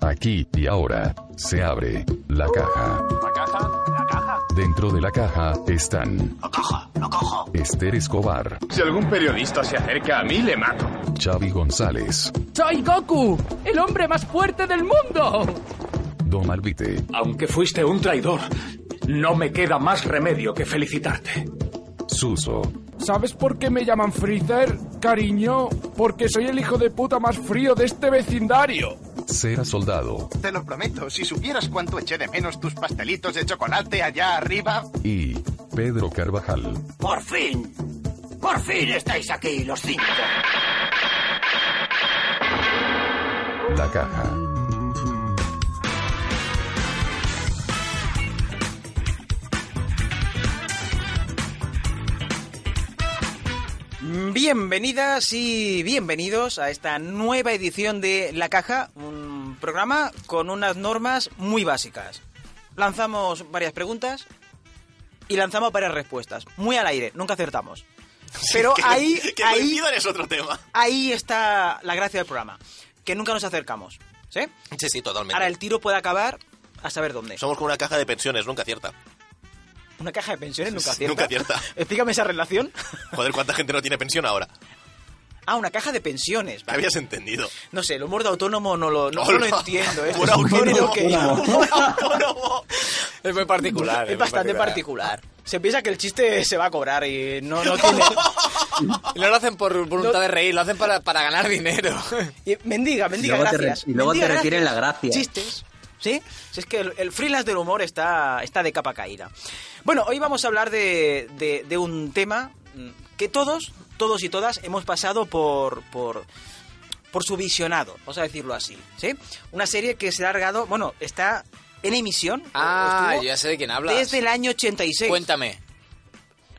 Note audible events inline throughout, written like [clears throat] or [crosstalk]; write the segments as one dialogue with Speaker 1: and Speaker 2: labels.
Speaker 1: Aquí y ahora se abre la caja.
Speaker 2: La caja, la caja,
Speaker 1: Dentro de la caja están
Speaker 2: la caja, la caja.
Speaker 1: Esther Escobar,
Speaker 2: Si algún periodista se acerca a mí, le mato.
Speaker 1: Xavi González,
Speaker 3: ¡Soy Goku! ¡El hombre más fuerte del mundo!
Speaker 1: Don Alvite,
Speaker 4: Aunque fuiste un traidor, no me queda más remedio que felicitarte.
Speaker 1: Suso,
Speaker 5: ¿Sabes por qué me llaman Freezer, cariño? Porque soy el hijo de puta más frío de este vecindario.
Speaker 1: Cera Soldado
Speaker 6: Te lo prometo, si supieras cuánto eché de menos tus pastelitos de chocolate allá arriba.
Speaker 1: y Pedro Carvajal.
Speaker 7: ¡Por fin! ¡Por fin estáis aquí los cinco!
Speaker 1: La caja.
Speaker 8: Bienvenidas y bienvenidos a esta nueva edición de La Caja, un programa con unas normas muy básicas. Lanzamos varias preguntas y lanzamos varias respuestas, muy al aire, nunca
Speaker 9: [laughs]
Speaker 8: acertamos. Pero ahí, ahí,
Speaker 9: es otro tema.
Speaker 8: ahí está la gracia del programa, que nunca nos acercamos, ¿sí?
Speaker 9: Sí, sí, totalmente.
Speaker 8: Ahora el tiro puede acabar a saber dónde.
Speaker 9: Somos como una caja de pensiones, nunca cierta.
Speaker 8: Una caja de pensiones nunca acierta.
Speaker 9: Nunca acierta.
Speaker 8: [laughs] Explícame esa relación. [laughs]
Speaker 9: Joder, ¿cuánta gente no tiene pensión ahora?
Speaker 8: Ah, una caja de pensiones.
Speaker 9: ¿La habías entendido?
Speaker 8: No sé, el humor de autónomo no lo, no,
Speaker 9: Hola.
Speaker 8: no lo entiendo. ¿eh?
Speaker 9: Un
Speaker 8: Es un género
Speaker 9: autónomo.
Speaker 8: que-
Speaker 9: Un autónomo.
Speaker 8: Es muy particular. Es,
Speaker 4: es muy
Speaker 8: bastante particular.
Speaker 4: particular.
Speaker 8: Se piensa que el chiste se va a cobrar y no, [laughs] no tiene...
Speaker 4: No lo hacen por voluntad
Speaker 8: No.
Speaker 4: de reír, lo hacen para, para
Speaker 8: [laughs]
Speaker 4: ganar dinero.
Speaker 8: Y mendiga, mendiga,
Speaker 10: Y luego te
Speaker 8: gracias.
Speaker 10: re- y luego
Speaker 8: Mendiga
Speaker 10: te retiren
Speaker 8: gracias.
Speaker 10: la gracia.
Speaker 8: Chistes. ¿Sí? Si es que el, el freelance del humor está, está de capa caída. Bueno, hoy vamos a hablar de, de- de un tema mm, que todos, todos y todas hemos pasado por, por, por su visionado, vamos a decirlo así. ¿Sí? Una serie que se ha largado, bueno, está en emisión. o- o
Speaker 4: Ah,
Speaker 8: estuvo
Speaker 4: yo ya sé de quién hablas.
Speaker 8: Desde el año 86.
Speaker 4: Cuéntame.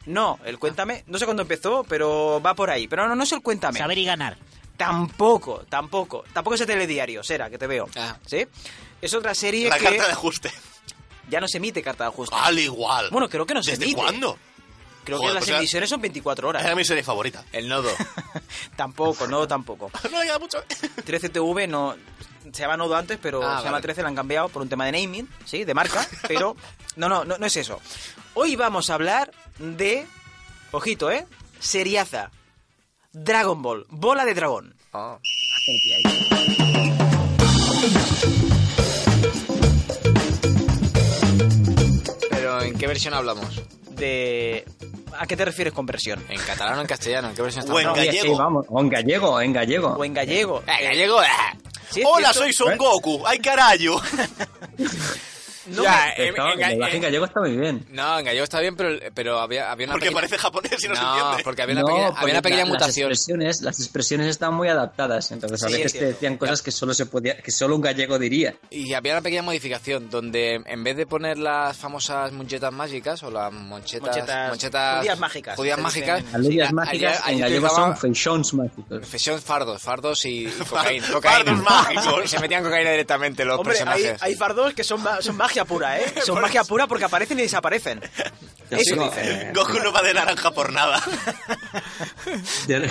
Speaker 8: No, el Cuéntame, no sé cuándo empezó, pero va por ahí. Pero no, no es el Cuéntame.
Speaker 7: Saber y ganar.
Speaker 8: Tampoco, tampoco. Tampoco es el telediario, Sera, que te veo.
Speaker 4: Ah.
Speaker 8: ¿Sí? Es otra serie
Speaker 9: La
Speaker 8: que
Speaker 9: carta de ajuste.
Speaker 8: ya no se emite carta de ajuste.
Speaker 9: Al igual.
Speaker 8: Bueno, creo que no se
Speaker 9: ¿Desde
Speaker 8: emite.
Speaker 9: cuándo?
Speaker 8: Creo
Speaker 9: Joder,
Speaker 8: que las
Speaker 9: pues Eh. era-
Speaker 8: emisiones son 24
Speaker 9: Era
Speaker 8: horas.
Speaker 9: mi serie favorita.
Speaker 4: El nodo.
Speaker 8: Tampoco, no, tampoco.
Speaker 9: [laughs] No me queda mucho.
Speaker 8: 13TV no... Se llama Nodo antes, pero
Speaker 4: Ah,
Speaker 8: se llama
Speaker 4: vale.
Speaker 8: 13, la han cambiado por un tema de naming, ¿sí? De
Speaker 9: [laughs]
Speaker 8: marca, pero... No, no, no, no es eso. Hoy vamos a hablar de... Ojito, ¿eh? Seriaza. Dragon Ball. Bola de dragón.
Speaker 4: Pero ¿en qué versión hablamos?
Speaker 8: De... ¿A qué te refieres con versión?
Speaker 4: ¿En catalán o en castellano? ¿En qué versión
Speaker 9: O en
Speaker 4: estamos?
Speaker 10: Oye, sí,
Speaker 9: gallego.
Speaker 10: vamos, o en gallego, o en gallego.
Speaker 8: O en gallego.
Speaker 4: Eh, gallego, eh.
Speaker 8: Sí, es
Speaker 9: Hola,
Speaker 8: cierto.
Speaker 9: soy Son Goku. ¡Ay, carayo!
Speaker 8: No
Speaker 4: Ya,
Speaker 8: me-
Speaker 4: eh,
Speaker 10: Está-
Speaker 4: en
Speaker 10: el
Speaker 4: ga-
Speaker 10: doblaje en
Speaker 4: eh,
Speaker 10: gallego está muy bien.
Speaker 4: no, en gallego está bien, pero, pero había, había una
Speaker 9: Porque
Speaker 4: pequeña-
Speaker 9: parece japonés y no, se
Speaker 4: No,
Speaker 9: entiende.
Speaker 4: porque había una
Speaker 10: No,
Speaker 4: pequeña,
Speaker 10: porque
Speaker 4: había una pequeña
Speaker 10: la-
Speaker 4: mutación.
Speaker 10: Las expresiones, las expresiones están muy adaptadas, entonces a
Speaker 8: Sí, es
Speaker 10: veces te
Speaker 8: cierto.
Speaker 10: decían cosas que solo se podía, que solo un gallego diría.
Speaker 4: Y había una pequeña modificación donde en vez de poner las famosas monchetas mágicas o las monchetas,
Speaker 8: Monchetas- judías mágicas,
Speaker 4: judías
Speaker 8: se
Speaker 4: mágicas,
Speaker 8: dicen.
Speaker 10: Las leyes
Speaker 4: a-
Speaker 10: mágicas
Speaker 4: allí- allí
Speaker 10: en gallego
Speaker 4: utilizaban
Speaker 10: son feijóns mágicos.
Speaker 4: fesión fardos, fardos
Speaker 9: [laughs]
Speaker 4: y, y cocaína,
Speaker 9: Fardos
Speaker 4: cocaína.
Speaker 9: mágicos.
Speaker 4: Se metían cocaína directamente los
Speaker 8: Hombre, hay,
Speaker 4: personajes.
Speaker 8: hay fardos que son, ma- son magia pura,
Speaker 4: [laughs]
Speaker 8: ¿eh? Son magia pura porque aparecen y desaparecen. Eso
Speaker 10: digo,
Speaker 8: dicen.
Speaker 10: eh,
Speaker 9: [laughs] Goku no va de naranja por nada. [laughs]
Speaker 10: te,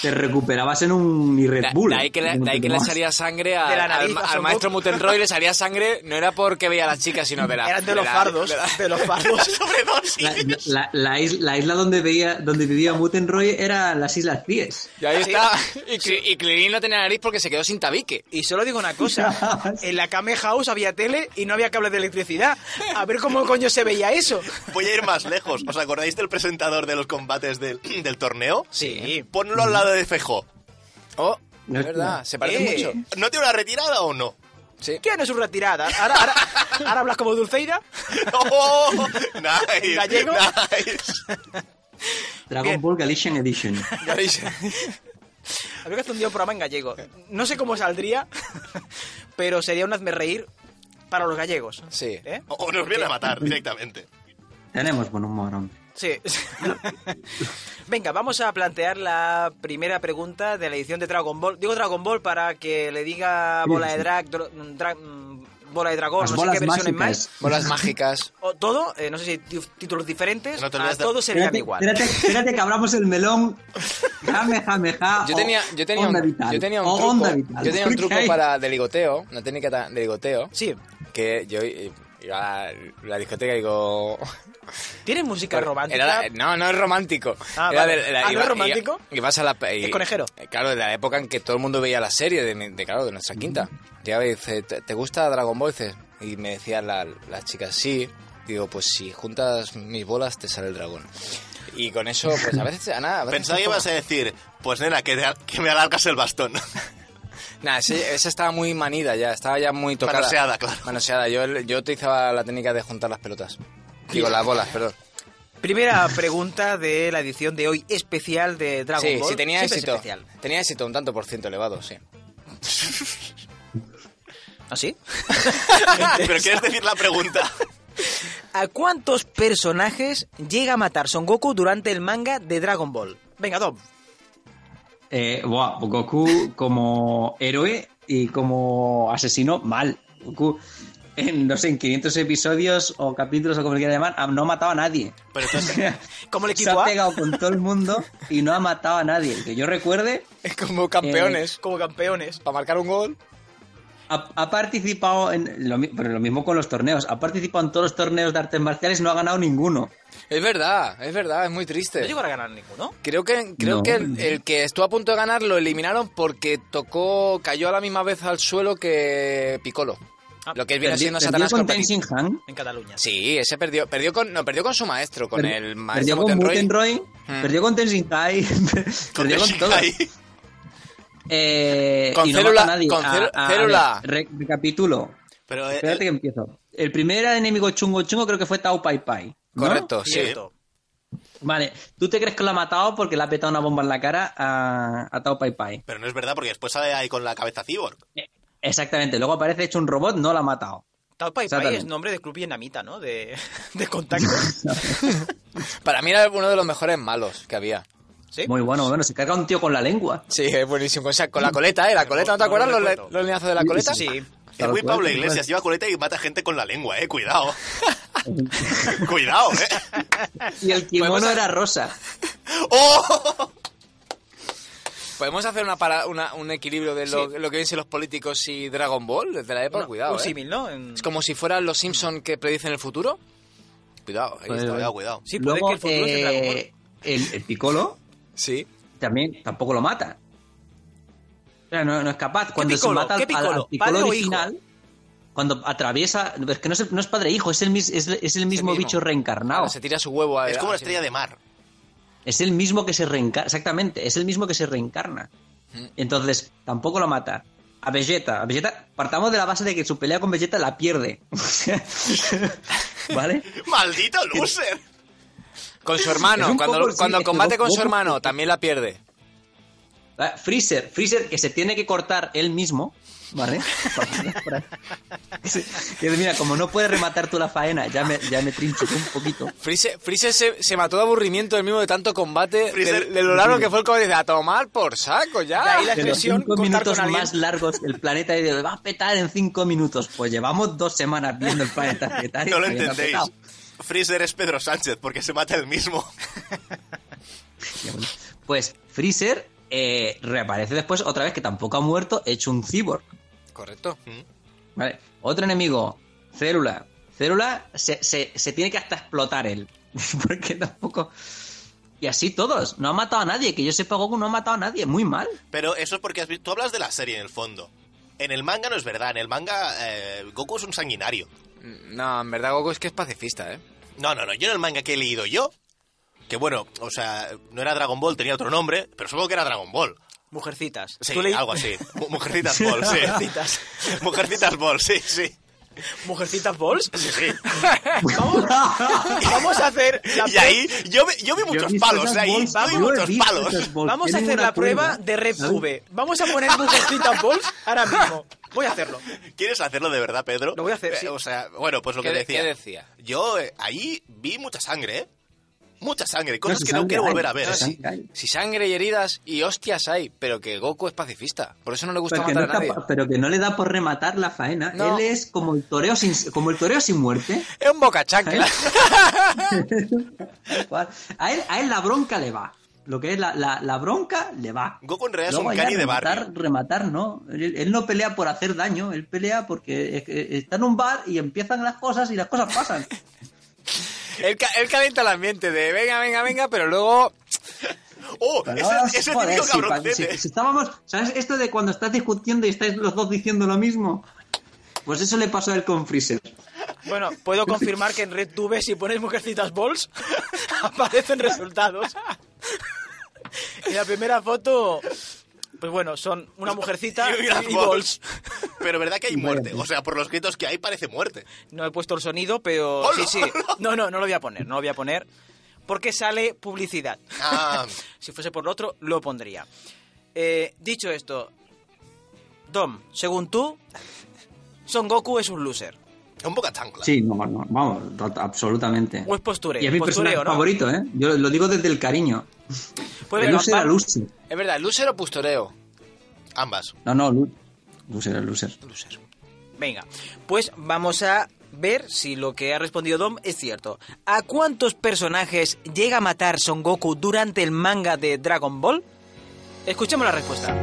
Speaker 10: te recuperabas en un ni Red
Speaker 4: Da-
Speaker 10: Bull.
Speaker 4: de ahí que, le- de ahí que le salía sangre a-
Speaker 8: De la
Speaker 4: al-
Speaker 8: nariz,
Speaker 4: al,
Speaker 8: a Son
Speaker 4: maestro
Speaker 8: Goku.
Speaker 4: Mutenroy,
Speaker 8: [laughs]
Speaker 4: le salía sangre, no era porque veía a las chicas, sino de [laughs] la...
Speaker 8: Eran de los
Speaker 4: la-
Speaker 8: fardos.
Speaker 4: de la-
Speaker 8: De
Speaker 4: [laughs]
Speaker 8: los fardos.
Speaker 9: Sobredosis.
Speaker 10: La, la- la is- la isla donde, veía, donde vivía Mutenroy era las Islas Cíes.
Speaker 4: Y ahí
Speaker 8: Sí. [laughs]
Speaker 4: está. Y, Cri- y Clirín no tenía nariz porque se quedó sin tabique.
Speaker 8: Y solo digo una
Speaker 4: [laughs]
Speaker 8: cosa. En la Kame House había tele y no había cable de electricidad. A ver cómo coño se veía eso.
Speaker 9: Voy a ir más lejos. ¿Os acordáis del presentador de los combates del, [clears throat] del torneo?
Speaker 8: Sí.
Speaker 9: Ponlo al lado de Fejo.
Speaker 4: Oh,
Speaker 10: [laughs] No
Speaker 4: es
Speaker 10: es
Speaker 4: verdad,
Speaker 10: nada.
Speaker 4: se parece
Speaker 8: Eh.
Speaker 4: mucho.
Speaker 9: ¿No tiene una retirada o no? [laughs]
Speaker 4: Sí.
Speaker 8: ¿Quién es su retirada? ¿Ahora, ahora, ahora hablas como Dulceida?
Speaker 9: ¡Oh! Nice,
Speaker 8: ¿En gallego?
Speaker 9: nice.
Speaker 10: Dragon
Speaker 8: Bien.
Speaker 10: Ball Galician Edition.
Speaker 4: Ya veis.
Speaker 8: Habría que hacer un día un programa en gallego. No sé cómo saldría, [laughs] pero sería un hazme reír para los gallegos.
Speaker 4: Sí.
Speaker 8: ¿Eh?
Speaker 9: [laughs] O- O nos viene a matar directamente.
Speaker 10: Tenemos buen humor, hombre.
Speaker 8: Sí. [laughs] Venga, vamos a plantear la primera pregunta de la edición de Dragon Ball. Digo Dragon Ball para que le diga bola de drag, dro- drag, mm, Bola de Dragón,
Speaker 10: Las
Speaker 8: no sé
Speaker 10: bolas
Speaker 8: qué versiones
Speaker 10: mágicas.
Speaker 8: más.
Speaker 4: Bolas mágicas.
Speaker 8: O todo, eh, no sé si hay tif- títulos diferentes,
Speaker 9: No te
Speaker 8: a
Speaker 9: olvides de-
Speaker 8: todos serían
Speaker 10: Espérate,
Speaker 8: igual.
Speaker 10: espérate, espérate que abramos el melón. Jame, jame, ja,
Speaker 4: Yo
Speaker 10: o
Speaker 4: tenía, yo tenía
Speaker 10: Oh, onda
Speaker 4: un,
Speaker 10: vital.
Speaker 4: yo tenía
Speaker 10: O
Speaker 4: un truco,
Speaker 10: onda vital,
Speaker 4: yo tenía un truco
Speaker 10: porque hay-
Speaker 4: para de ligoteo, una técnica ta- de ligoteo,
Speaker 8: Sí,
Speaker 4: que yo i- iba a la, la discoteca y digo...
Speaker 8: tienen música romántica.
Speaker 4: Era la- no, no es romántico.
Speaker 8: Ah,
Speaker 4: Era
Speaker 8: vale.
Speaker 4: de la-
Speaker 8: Ah, ¿no
Speaker 4: iba-
Speaker 8: es romántico?
Speaker 4: iba- ibas a la... y-
Speaker 8: ¿Es conejero?
Speaker 4: Claro, de la época en que todo el mundo veía la serie, de, mi- de, claro, de nuestra quinta.
Speaker 8: Mm.
Speaker 4: Llegaba y dice, ¿te te gusta Dragon Ball? Dice, Y me decían la- las chicas, sí. Digo, pues si juntas mis bolas te sale el dragón. Y con eso, pues a veces... a nada, a veces
Speaker 9: Pensaba que
Speaker 4: tampoco-
Speaker 9: ibas a decir, pues nena, que, te- que me alargas el bastón. [laughs]
Speaker 4: Nah, ese- esa estaba muy manida ya, estaba ya muy tocada.
Speaker 9: Manoseada, claro.
Speaker 4: Manoseada. Yo, yo utilizaba la técnica de juntar
Speaker 8: [laughs]
Speaker 4: las pelotas. Digo, las bolas, perdón.
Speaker 8: Primera pregunta de la edición de hoy especial de Dragon
Speaker 4: sí,
Speaker 8: Ball.
Speaker 4: sí, tenía
Speaker 8: Siempre es
Speaker 4: éxito.
Speaker 8: especial.
Speaker 4: Tenía éxito un tanto por ciento elevado, sí.
Speaker 8: ¿Ah, sí?
Speaker 9: Pero quieres decir la pregunta.
Speaker 8: ¿A cuántos personajes llega a matar Son Goku durante el manga de Dragon Ball? Venga, Dom.
Speaker 10: Eh, buah, Goku como héroe y como asesino, mal. Goku, en, no sé, en 500 episodios o capítulos o como le quieran llamar, ha- no ha matado a nadie.
Speaker 9: Pero entonces,
Speaker 8: Como el
Speaker 10: Se
Speaker 8: equipo
Speaker 10: ha
Speaker 8: A.
Speaker 10: pegado con todo el mundo y no ha matado a nadie. Que yo recuerde, eh,
Speaker 4: Es [laughs] como campeones.
Speaker 8: Como campeones.
Speaker 4: Para marcar un gol.
Speaker 10: ha, ha participado en. Lo, mi- pero lo mismo con los torneos. Ha participado en todos los torneos de artes marciales, no ha ganado ninguno.
Speaker 4: Es verdad, es verdad, es muy triste.
Speaker 8: No llegó a ganar ninguno.
Speaker 4: Creo que, creo
Speaker 10: No.
Speaker 4: que el, el que estuvo a punto de ganar lo eliminaron porque tocó, cayó a la misma vez al suelo que Piccolo.
Speaker 8: Ah,
Speaker 4: lo que viene
Speaker 10: Perdió,
Speaker 4: siendo
Speaker 10: perdió
Speaker 4: Satanás
Speaker 10: con
Speaker 4: Corporativo.
Speaker 10: Tenzin Han.
Speaker 8: En Cataluña.
Speaker 4: Sí, ese perdió, perdió con, no, perdió con su maestro, con
Speaker 10: perdió-
Speaker 4: el
Speaker 10: perdió
Speaker 4: maestro
Speaker 10: con
Speaker 4: Mutenroy.
Speaker 10: Mutenroy,
Speaker 4: Hmm.
Speaker 10: perdió con Tenzin Kai, [laughs]
Speaker 9: con
Speaker 10: perdió con
Speaker 9: el
Speaker 10: todos.
Speaker 9: Shinkai,
Speaker 10: Eh,
Speaker 4: Con
Speaker 10: y no
Speaker 4: célula-
Speaker 10: mata a nadie.
Speaker 4: con
Speaker 10: A-
Speaker 4: cel-
Speaker 10: a- a
Speaker 4: célula.
Speaker 10: ver, re- recapitulo.
Speaker 9: Pero eh,
Speaker 10: Espérate que empiezo. El primer enemigo chungo chungo creo que fue Tao Pai Pai. ¿no?
Speaker 4: [laughs]
Speaker 9: eh,
Speaker 4: Correcto, sí.
Speaker 8: Cierto.
Speaker 10: Vale. ¿Tú te crees que lo ha matado porque le ha petado una bomba en la cara a, a Tao Pai Pai? Eh,
Speaker 9: Pero no es verdad, porque después sale ahí con la cabeza cyborg.
Speaker 10: Exactamente. Luego aparece hecho un robot, no lo ha matado.
Speaker 8: Tao Pai Pai
Speaker 10: Exactamente.
Speaker 8: es nombre de club vietnamita, ¿no? De, [laughs] de
Speaker 10: [laughs]
Speaker 8: contacto.
Speaker 4: Para mí era uno de los mejores malos que había.
Speaker 8: ¿Sí?
Speaker 10: Muy bueno, muy bueno. Se carga un tío con la lengua.
Speaker 4: Sí, es buenísimo. O sea, con [laughs] la coleta, ¿eh? La coleta, ¿no te
Speaker 8: No
Speaker 4: acuerdas
Speaker 8: lo
Speaker 4: los,
Speaker 8: recuerdo.
Speaker 4: los lineazos de la coleta?
Speaker 8: Sí.
Speaker 9: Es
Speaker 10: Tal
Speaker 9: muy
Speaker 10: cual,
Speaker 9: Pablo
Speaker 10: tal cual.
Speaker 9: Iglesias, lleva coleta y mata gente con la lengua, eh. Cuidado. [laughs] Cuidado, eh.
Speaker 10: Y el kimono
Speaker 4: Podemos-
Speaker 10: era rosa.
Speaker 9: ¡Oh!
Speaker 4: ¿Podemos hacer una para- una- un equilibrio de lo, lo que dicen los políticos y Dragon Ball desde la época?
Speaker 8: Bueno,
Speaker 4: Cuidado,
Speaker 8: un
Speaker 4: ¿eh?
Speaker 8: símil, ¿no? En-
Speaker 4: Es como si fueran los Simpson que predicen el futuro. Cuidado, ahí está. ¿eh?
Speaker 9: Cuidado, cuidado.
Speaker 8: Sí, puede
Speaker 10: Luego
Speaker 8: que el futuro es de Dragon Ball.
Speaker 10: eh, el, el Piccolo
Speaker 4: Sí.
Speaker 10: también tampoco lo mata. O sea, no, no es capaz. Cuando se
Speaker 8: Piccolo?
Speaker 10: mata al,
Speaker 8: ¿Qué
Speaker 10: al- al
Speaker 8: Piccolo?
Speaker 10: Piccolo
Speaker 8: ¿Padre o
Speaker 10: original, cuando atraviesa. Es que no es, no es padre e hijo, es el, mis- es, es el mismo
Speaker 4: mismo. Ah,
Speaker 10: bicho reencarnado.
Speaker 4: Ahora se tira su huevo a
Speaker 9: Es como una estrella de mar.
Speaker 10: Es el mismo que se reencarna. Exactamente, es el mismo que se reencarna. Entonces, tampoco lo mata. A Vegeta, a Vegeta, partamos de la base de que su pelea con Vegeta la pierde. [laughs] O sea, ¿Vale?
Speaker 9: ¡Maldito loser!
Speaker 4: Con su
Speaker 10: Es
Speaker 4: hermano.
Speaker 10: un
Speaker 4: Cuando,
Speaker 10: poco, sí,
Speaker 4: cuando
Speaker 10: es que
Speaker 4: combate
Speaker 10: Goku-
Speaker 4: con su
Speaker 10: Goku-
Speaker 4: hermano, también la pierde.
Speaker 10: Ah, Freezer, Freezer que se tiene que cortar él mismo, ¿vale? que mira, como no puedes rematar tú la faena, ya me, ya me trincho un poquito.
Speaker 4: Freezer, Freezer se, se mató de aburrimiento del mismo de tanto combate.
Speaker 9: Freezer-
Speaker 4: de, de lo largo que fue el combate. Dice, A tomar por saco ya.
Speaker 8: De ahí la
Speaker 10: De los
Speaker 8: expresión
Speaker 10: cinco
Speaker 8: contar
Speaker 10: minutos
Speaker 8: con alguien.
Speaker 10: más largos del planeta y de, va a petar en cinco minutos. Pues llevamos dos semanas viendo el planeta petar y
Speaker 9: No lo
Speaker 10: todavía ha
Speaker 9: entendéis.
Speaker 10: petado.
Speaker 9: Freezer es Pedro Sánchez, porque se mata el mismo.
Speaker 10: Pues Freezer eh, reaparece después otra vez que tampoco ha muerto, hecho un cyborg.
Speaker 4: Correcto.
Speaker 10: Vale. Otro enemigo, Célula. Célula se, se- se tiene que hasta explotar él. [laughs] Porque tampoco. Y así todos. No ha matado a nadie. Que yo sepa, Goku no ha matado a nadie.
Speaker 9: [laughs]
Speaker 10: Muy mal.
Speaker 9: Pero eso es porque has visto- tú hablas de la serie en el fondo. En el manga no es verdad. En el manga eh, Goku es un sanguinario.
Speaker 4: Mm, No, en verdad Goku es que es pacifista, ¿eh?
Speaker 9: No, no, no. Yo en el manga que he leído yo, que bueno, o sea, no era Dragon Ball, tenía otro nombre, pero supongo que era Dragon Ball.
Speaker 8: Mujercitas.
Speaker 9: Sí,
Speaker 8: ¿Tú leí-
Speaker 9: algo [laughs] así. Mu- Mujercitas Ball, sí.
Speaker 8: Mujercitas.
Speaker 9: [laughs] Mujercitas Ball, sí, sí.
Speaker 8: ¿Mujercitas Balls?
Speaker 9: Sí, sí.
Speaker 8: Vamos a hacer la
Speaker 9: Y ahí, yo, vi- yo vi muchos palos, ahí. Yo vi muchos palos.
Speaker 8: Vamos a hacer la prueba de RedTube. Vamos a poner Mujercitas Balls ahora mismo. Voy a hacerlo.
Speaker 9: [laughs] ¿Quieres hacerlo de verdad, Pedro?
Speaker 8: Lo voy a hacer, sí.
Speaker 9: O sea, bueno, pues lo que
Speaker 4: ¿Qué de-
Speaker 9: decía.
Speaker 4: qué decía?
Speaker 9: Yo eh, ahí vi mucha sangre, ¿eh? Mucha sangre, cosas
Speaker 10: si
Speaker 9: que no
Speaker 10: sangre
Speaker 9: quiero
Speaker 10: hay,
Speaker 9: volver a ver.
Speaker 10: si
Speaker 9: ¿eh?
Speaker 10: sangre hay.
Speaker 4: Si sangre y heridas y hostias hay, pero que Goku es pacifista. Por eso no le gusta
Speaker 10: Pero que, no
Speaker 4: matar a nadie.
Speaker 10: es capaz- pero que no le da por rematar la faena.
Speaker 4: No.
Speaker 10: Él es como el toreo sin, como el toreo sin muerte.
Speaker 4: Es un bocachancla.
Speaker 8: ¿Eh?
Speaker 10: Tal cual. A él, a él la bronca le va. Lo que es la, la- la bronca le va.
Speaker 9: Goku en realidad es
Speaker 10: Luego
Speaker 9: un
Speaker 10: ya
Speaker 9: cani de
Speaker 10: rematar,
Speaker 9: barrio.
Speaker 10: Rematar, no. Él, él no pelea por hacer daño, él pelea porque es que está en un bar y empiezan las cosas y las cosas
Speaker 9: [laughs]
Speaker 10: pasan.
Speaker 4: él, ca- él calienta el ambiente de venga, venga, [laughs] venga, pero luego.
Speaker 9: ¡Oh!
Speaker 10: Pero,
Speaker 9: Ese, ese
Speaker 10: joder,
Speaker 9: típico
Speaker 10: si pa-
Speaker 9: cabroncete.
Speaker 10: si- si estábamos, ¿sabes? Esto de cuando estás discutiendo y estáis los dos diciendo lo mismo. Pues eso le pasó a él con Freezer.
Speaker 8: Bueno, puedo confirmar que en RedTube si pones Mujercitas Balls [laughs] aparecen resultados. Y la primera foto, pues bueno, son una mujercita
Speaker 9: [laughs] [laughs] Y unas
Speaker 8: y
Speaker 9: balls.
Speaker 8: balls.
Speaker 9: Pero verdad que hay muerte. O sea, por los gritos que hay parece muerte.
Speaker 8: No he puesto el sonido, pero
Speaker 9: Ponlo,
Speaker 8: sí, sí.
Speaker 9: ponlo.
Speaker 8: No, no, no lo voy a poner, no lo voy a poner. Porque sale publicidad.
Speaker 9: Ah,
Speaker 8: Si fuese por lo otro, lo pondría. Eh, dicho esto, Dom, según tú, Son Goku es un loser.
Speaker 9: un poco chancla.
Speaker 10: Sí, no, no, vamos, to- absolutamente.
Speaker 8: O es postureo,
Speaker 10: Y es mi
Speaker 8: postureo,
Speaker 10: personaje
Speaker 8: ¿no?
Speaker 10: favorito, ¿eh? Yo lo digo desde el cariño.
Speaker 8: Pues
Speaker 10: el
Speaker 8: venga,
Speaker 10: loser era
Speaker 8: va-
Speaker 10: loser.
Speaker 4: Es verdad, loser o pustoreo.
Speaker 9: Ambas.
Speaker 10: No, no, lu- loser era loser.
Speaker 4: Loser.
Speaker 8: Venga, pues vamos a ver si lo que ha respondido Dom es cierto. ¿A cuántos personajes llega a matar Son Goku durante el manga de Dragon Ball? Escuchemos la respuesta.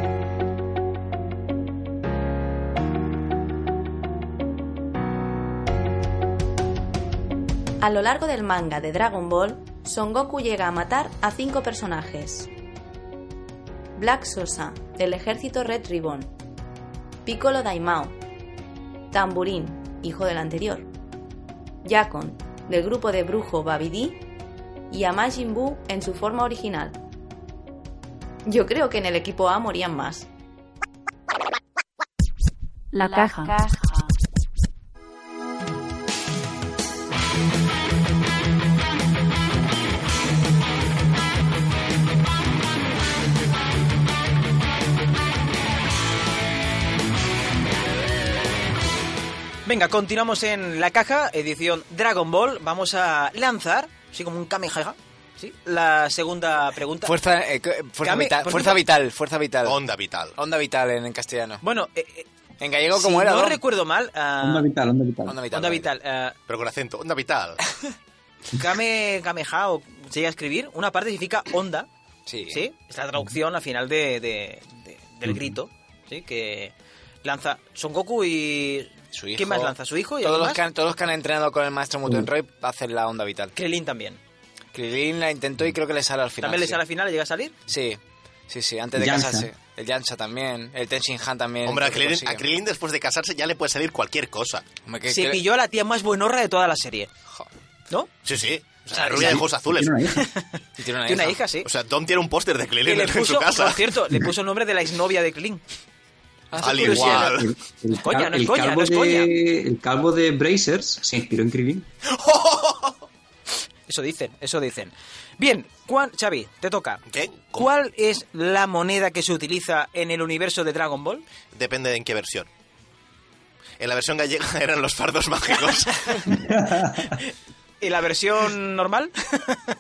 Speaker 11: A lo largo del manga de Dragon Ball, Son Goku llega a matar a cinco personajes. Black Sosa, del ejército Red Ribbon. Piccolo Daimao. Tamburín, hijo del anterior. Yakon, del grupo de brujo Babidi. Y a Majin Buu en su forma original. Yo creo que en el equipo A morían más.
Speaker 12: La caja.
Speaker 8: Venga, continuamos en la caja, edición Dragon Ball. Vamos a lanzar, así como un Kamehameha, ¿sí? la segunda pregunta.
Speaker 4: Fuerza, eh, que- fuerza,
Speaker 8: Cami-
Speaker 4: vital,
Speaker 8: por
Speaker 4: fuerza
Speaker 8: fin-
Speaker 4: vital, fuerza vital.
Speaker 9: Onda vital.
Speaker 4: Onda vital en, en castellano.
Speaker 8: Bueno, eh, eh,
Speaker 4: En gallego,
Speaker 8: si
Speaker 4: ¿cómo era?
Speaker 8: no
Speaker 4: Dom?
Speaker 8: recuerdo mal, ah,
Speaker 10: Onda vital, onda vital.
Speaker 4: Onda vital.
Speaker 8: onda
Speaker 4: vale.
Speaker 8: vital. ah,
Speaker 4: [laughs]
Speaker 9: Pero con acento. Onda vital.
Speaker 8: Kame Kameha, o se llega a escribir, una parte significa onda,
Speaker 4: Sí.
Speaker 8: ¿sí? Es la traducción al final de, de- de- del grito, ¿sí? Que lanza Son Goku y...
Speaker 4: Su hijo.
Speaker 8: ¿Quién más lanza? ¿Su hijo? ¿Y
Speaker 4: Todos
Speaker 8: alguien
Speaker 4: los, que
Speaker 8: más? Mm.
Speaker 4: han, todos los que han entrenado con el maestro Muten Roy hacen la onda vital.
Speaker 8: Krillin también.
Speaker 4: Krilin la intentó y creo que le sale al final.
Speaker 8: Mm. ¿También le
Speaker 4: Ah, sí.
Speaker 8: sale al final? ¿Llega a salir?
Speaker 4: Sí, sí, sí, antes de
Speaker 10: Yamcha.
Speaker 4: casarse. El Yansha también, el Ten Shin Han también.
Speaker 9: Hombre, a
Speaker 4: creo que
Speaker 8: pues
Speaker 9: Krillin,
Speaker 4: consigue.
Speaker 9: a Krillin después de casarse ya le puede salir cualquier cosa.
Speaker 4: Hombre, que-
Speaker 8: Se
Speaker 4: que-
Speaker 8: pilló a la tía más buenorra de toda la serie,
Speaker 4: Jo,
Speaker 8: ¿no?
Speaker 9: Sí, sí. O sea, rubia de ojos azules.
Speaker 10: Tiene una hija.
Speaker 8: [laughs]
Speaker 4: y tiene una,
Speaker 8: Tiene una
Speaker 4: hija.
Speaker 8: hija, sí.
Speaker 9: O sea, Dom tiene un póster de
Speaker 8: Que
Speaker 9: Pues Krillin
Speaker 8: le
Speaker 9: en su
Speaker 8: puso,
Speaker 9: casa.
Speaker 8: por cierto, le puso el nombre de la exnovia de Krillin.
Speaker 9: Al igual.
Speaker 10: El, el
Speaker 8: Coña,
Speaker 10: cal-
Speaker 8: no es
Speaker 10: el
Speaker 8: coña,
Speaker 10: calvo
Speaker 8: no es coña.
Speaker 10: de, el calvo de Brazers se inspiró
Speaker 8: [laughs]
Speaker 10: en Krillin.
Speaker 8: Eso dicen, eso dicen. Bien, ¿cuál, Xavi, te toca.
Speaker 9: ¿Qué? ¿Cómo?
Speaker 8: ¿Cuál es la moneda que se utiliza en el universo de Dragon Ball?
Speaker 9: Depende de en qué versión. En la versión gallega [laughs] eran los fardos
Speaker 8: [laughs]
Speaker 9: mágicos.
Speaker 8: ¿Y la versión normal? [laughs]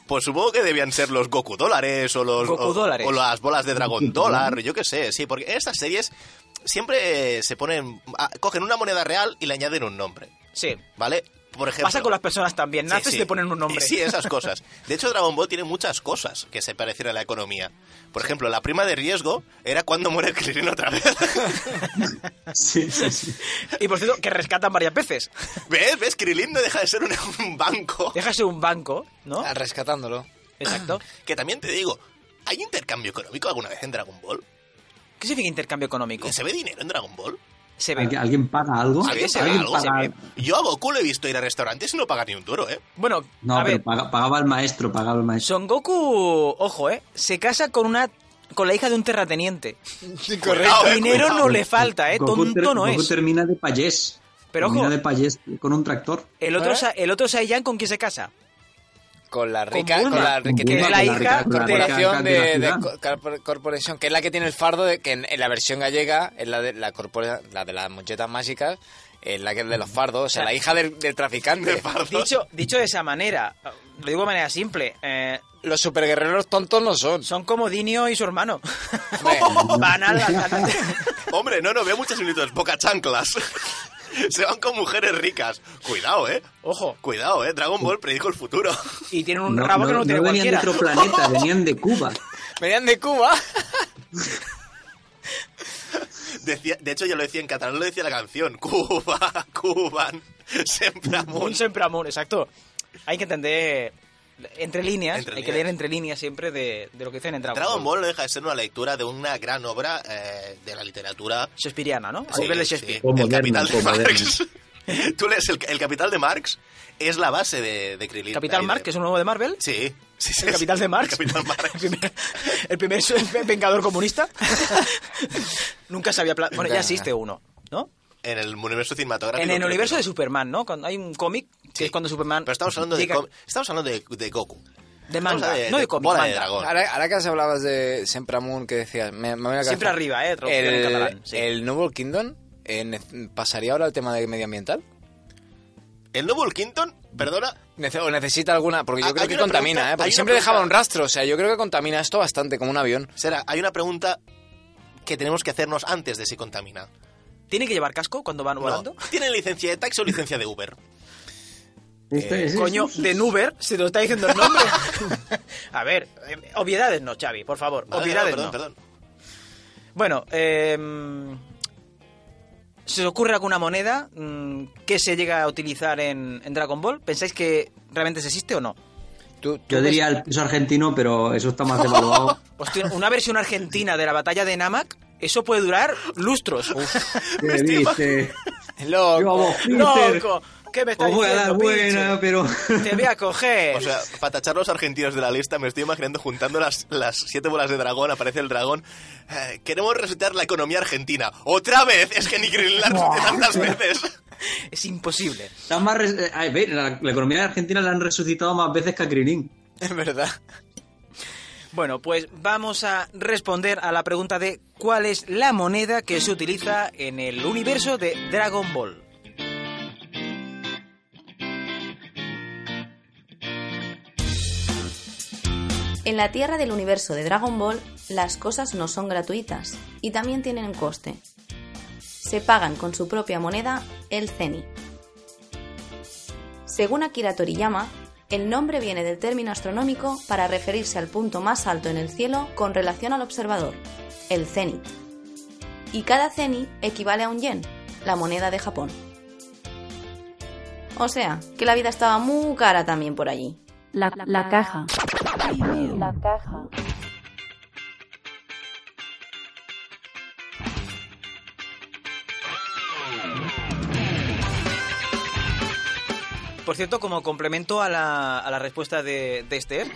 Speaker 9: Pues supongo que debían ser los Goku dólares o los
Speaker 8: Goku
Speaker 9: o,
Speaker 8: dólares.
Speaker 9: o las bolas de dragón dólar, yo qué sé, sí, porque en estas series siempre eh, se ponen ah, cogen una moneda real y le añaden un nombre,
Speaker 8: sí.
Speaker 9: ¿vale? Por ejemplo,
Speaker 8: Pasa con las personas también.
Speaker 9: Sí,
Speaker 8: Naces
Speaker 9: sí.
Speaker 8: y te ponen un nombre.
Speaker 9: Sí,
Speaker 8: [laughs]
Speaker 9: esas cosas. De hecho, Dragon Ball tiene muchas cosas que se parecen a la economía. Por ejemplo, la prima de riesgo era cuando muere Krillin otra vez. [laughs]
Speaker 10: Sí, sí, [laughs] sí.
Speaker 8: Y por cierto, que rescatan varias
Speaker 9: [laughs]
Speaker 8: veces.
Speaker 9: ¿Ves? ¿Ves? Krillin no deja de ser un, un banco.
Speaker 8: Déjase un banco, ¿no?
Speaker 4: Ah, Rescatándolo.
Speaker 8: Exacto.
Speaker 9: Que también te digo, ¿hay intercambio económico alguna vez en Dragon Ball?
Speaker 8: ¿Qué significa intercambio económico?
Speaker 9: ¿Se ve dinero en Dragon Ball?
Speaker 8: Se ve.
Speaker 10: ¿Alguien, alguien paga algo?
Speaker 9: ¿Alguien se ve algo? ¿Se ve? Yo a Goku le he visto ir a restaurantes y no paga ni un duro, ¿eh?
Speaker 8: Bueno,
Speaker 10: No,
Speaker 8: a
Speaker 10: pero
Speaker 8: ver,
Speaker 10: paga- pagaba el maestro, pagaba el maestro.
Speaker 8: Son Goku, ojo, ¿eh? Se casa con una con la hija de un terrateniente.
Speaker 9: Cuidado, ¿eh?
Speaker 8: Dinero no le falta, ¿eh?
Speaker 10: Goku ter-
Speaker 8: Tonto no
Speaker 10: Goku
Speaker 8: es.
Speaker 10: termina de payés.
Speaker 8: Pero ojo.
Speaker 10: termina de payés con un tractor.
Speaker 8: El
Speaker 9: ¿Eh?
Speaker 8: otro, Sa- el otro Saiyan con quién se casa.
Speaker 4: Con la
Speaker 8: Con
Speaker 4: rica, con,
Speaker 8: Bulma.
Speaker 4: la
Speaker 10: Con
Speaker 4: que tiene
Speaker 10: Bulma,
Speaker 8: la hija
Speaker 10: rica-
Speaker 8: de-
Speaker 4: corporación
Speaker 10: rica
Speaker 4: de,
Speaker 10: la
Speaker 4: de
Speaker 10: ciudad.
Speaker 4: co- corpor- corporation, que es la que tiene el fardo de que en, en la versión gallega es la de la corpora- la de las muñetas mágicas eh, la que de los fardos, o sea, la hija del, del traficante.
Speaker 8: Dicho, dicho de esa manera, lo digo de manera simple, eh,
Speaker 4: los superguerreros tontos no son.
Speaker 8: Son como Dinio y su hermano. [laughs] Van al al-
Speaker 9: [laughs] Hombre, no, no, veo muchas similitudes. Poca chanclas. [laughs] Se van con mujeres ricas. Cuidado, eh.
Speaker 8: Ojo.
Speaker 9: Cuidado, eh. Dragon Ball predijo el futuro.
Speaker 8: Y tienen un
Speaker 10: No,
Speaker 8: rabo que
Speaker 10: no-
Speaker 8: no, tiene
Speaker 10: no venían de
Speaker 8: cualquiera.
Speaker 10: otro
Speaker 8: [laughs]
Speaker 10: planeta, venían de Cuba.
Speaker 4: Venían de Cuba.
Speaker 9: Decía- de hecho, yo lo decía en catalán, lo decía la canción. [laughs] Cuba, Cuban, siempre amor.
Speaker 8: Un siempre amor, exacto. Hay que entender entre líneas,
Speaker 9: Entre
Speaker 8: hay que
Speaker 9: líneas.
Speaker 8: leer entre líneas siempre de, de lo que dicen en Dragon,
Speaker 9: Dragon Ball no deja de ser una lectura de una gran obra eh, de la literatura.
Speaker 8: Shakespeareana, ¿no? A
Speaker 9: Sí,
Speaker 8: nivel de
Speaker 9: sí.
Speaker 8: Shakespeare.
Speaker 10: Como
Speaker 9: El
Speaker 10: moderno,
Speaker 9: capital de
Speaker 10: como moderno.
Speaker 9: Marx. [laughs] Tú lees el, el capital de Marx, es la base de, de Krilin.
Speaker 8: Capital
Speaker 9: Ahí de-
Speaker 8: Marx, que es un nuevo de Marvel.
Speaker 9: Sí. sí, sí,
Speaker 8: El capital de Marx.
Speaker 9: El capital
Speaker 8: [laughs]
Speaker 9: Marx.
Speaker 8: El primer, el primer [laughs] su- vengador comunista. Nunca se había... pla- Bueno, ya existe uno, ¿no?
Speaker 9: En el universo cinematográfico.
Speaker 8: En el
Speaker 9: creo
Speaker 8: universo
Speaker 9: que
Speaker 8: de
Speaker 9: no.
Speaker 8: Superman, ¿no? Cuando hay un cómic que
Speaker 9: Sí.
Speaker 8: es cuando Superman...
Speaker 9: Pero estamos hablando de,
Speaker 8: llega-
Speaker 9: com- estamos hablando de, de Goku.
Speaker 8: de manga,
Speaker 9: Estamos hablando
Speaker 8: no de cómic,
Speaker 9: bola de
Speaker 8: manga.
Speaker 9: dragón.
Speaker 4: Ahora, ahora que has hablabas de Sempre Amunt, que decías... me- me viene a la
Speaker 8: Siempre
Speaker 4: cabeza.
Speaker 8: arriba, ¿eh? Traducción en
Speaker 4: El,
Speaker 8: catalán. sí.
Speaker 4: el New World Kingdom eh, ne- pasaría ahora al tema de medioambiental.
Speaker 9: El Noble Quinton, perdona,
Speaker 4: Nece- o necesita alguna, porque yo
Speaker 9: Ah,
Speaker 4: creo
Speaker 9: hay
Speaker 4: que
Speaker 9: una pregunta,
Speaker 4: contamina, ¿eh?
Speaker 9: hay
Speaker 4: Porque
Speaker 9: una
Speaker 4: siempre
Speaker 9: pregunta.
Speaker 4: dejaba un rastro, o sea, yo creo que contamina esto bastante, como un avión.
Speaker 9: será, hay una pregunta que tenemos que hacernos antes de si contamina.
Speaker 8: ¿Tiene que llevar casco cuando van volando?
Speaker 9: No. ¿Tienen licencia de taxi o licencia de Uber?
Speaker 10: Este- este-
Speaker 8: Eh, Coño, de Nuber, se lo está diciendo el nombre. A ver, eh, obviedades no, Xavi, por favor.
Speaker 9: Vale,
Speaker 8: obviedades
Speaker 9: perdón,
Speaker 8: no.
Speaker 9: perdón.
Speaker 8: Bueno, eh, ¿se os ocurre alguna moneda mm, que se llega a utilizar en, en Dragon Ball? ¿Pensáis que realmente se existe o no?
Speaker 4: Tú- tú
Speaker 10: Yo
Speaker 4: ves-
Speaker 10: diría el peso argentino, pero eso está más
Speaker 8: [laughs]
Speaker 10: devaluado.
Speaker 8: Hostia, una versión argentina de la batalla de Namak, eso puede durar lustros. [laughs]
Speaker 10: ¿Qué dice?
Speaker 4: Loco.
Speaker 10: Yo a vos, Peter,
Speaker 8: ¡Loco! ¿Qué me estás
Speaker 10: Os voy a dar
Speaker 8: diciendo, pinche?
Speaker 10: buena, pero...
Speaker 8: Te
Speaker 10: [laughs]
Speaker 8: voy a coger.
Speaker 9: [laughs] O sea, para tachar los argentinos de la lista, me estoy imaginando juntando las, las siete bolas de dragón, aparece el dragón. Eh, queremos resucitar la economía argentina. ¡Otra vez! Es que ni Green la resucité tantas veces.
Speaker 8: es imposible.
Speaker 10: Está más res- eh, ay, ve, la, la economía argentina la han resucitado más veces que a Krilin.
Speaker 4: Es verdad.
Speaker 8: Bueno, pues vamos a responder a la pregunta de cuál es la moneda que se utiliza en el universo de Dragon Ball.
Speaker 11: En la Tierra del universo de Dragon Ball, las cosas no son gratuitas y también tienen un coste. Se pagan con su propia moneda, el Zeni. Según Akira Toriyama, el nombre viene del término astronómico para referirse al punto más alto en el cielo con relación al observador, el cenit. Y cada ceni equivale a un yen, la moneda de Japón. O sea, que la vida estaba muy cara también por allí.
Speaker 12: La, la caja. La caja.
Speaker 8: Por cierto, como complemento a la, a la respuesta de, de Esther,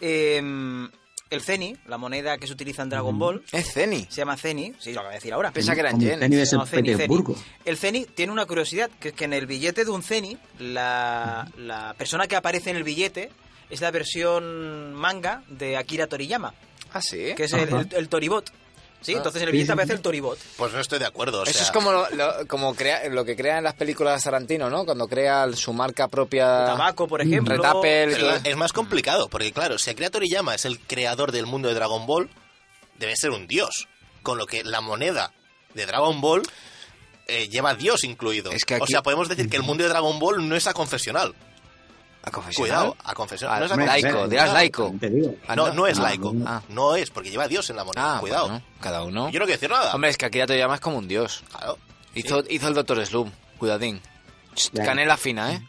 Speaker 8: em, el Zeni, la moneda que se utiliza en Dragon Ball,
Speaker 4: Es Zeni.
Speaker 8: se llama Zeni, sí, lo acabo de decir ahora.
Speaker 4: Pensaba que eran
Speaker 10: Como
Speaker 4: yenes.
Speaker 10: Zeni de San
Speaker 8: No, Zeni, Zeni.
Speaker 10: Petersburgo.
Speaker 8: El Zeni tiene una curiosidad, que es que en el billete de un Zeni, la, la persona que aparece en el billete es la versión manga de Akira Toriyama.
Speaker 4: Ah, sí.
Speaker 8: que es el,
Speaker 10: Ajá. Ah.
Speaker 8: el- el Toribot. Sí, entonces en el
Speaker 10: Sí,
Speaker 8: billete
Speaker 10: sí,
Speaker 8: aparece
Speaker 10: sí.
Speaker 8: el Toribot.
Speaker 9: Pues no estoy de acuerdo. o
Speaker 4: Eso
Speaker 9: sea,
Speaker 4: es como lo, lo- como crea- lo que crean las películas de Tarantino, ¿no? Cuando crea su marca propia.
Speaker 8: Tabaco,
Speaker 10: Mm,
Speaker 8: por ejemplo.
Speaker 4: Retapel.
Speaker 9: pero es más complicado, porque claro, si Akira Toriyama es el creador del mundo de Dragon Ball, debe ser un dios. Con lo que la moneda de Dragon Ball eh, lleva dios incluido.
Speaker 4: Es que aquí-
Speaker 9: O sea, podemos decir que el mundo de Dragon Ball no es aconfesional.
Speaker 4: A confesional.
Speaker 9: Cuidado, a confesional.
Speaker 4: Ah,
Speaker 9: no es
Speaker 10: hombre,
Speaker 4: laico,
Speaker 10: confesional.
Speaker 4: dirás laico.
Speaker 10: Te digo.
Speaker 4: Ah,
Speaker 9: No, no es laico.
Speaker 4: Ah.
Speaker 9: No es, porque lleva a Dios en la moneda.
Speaker 4: Ah,
Speaker 9: Cuidado.
Speaker 4: bueno, cada uno.
Speaker 9: Yo no quiero decir nada.
Speaker 4: Hombre, es que Akira Toriyama es como un dios.
Speaker 9: Claro.
Speaker 4: Hizo, hizo el Doctor Slum, cuidadín. Ch,
Speaker 10: Ya.
Speaker 4: Canela fina, ¿eh?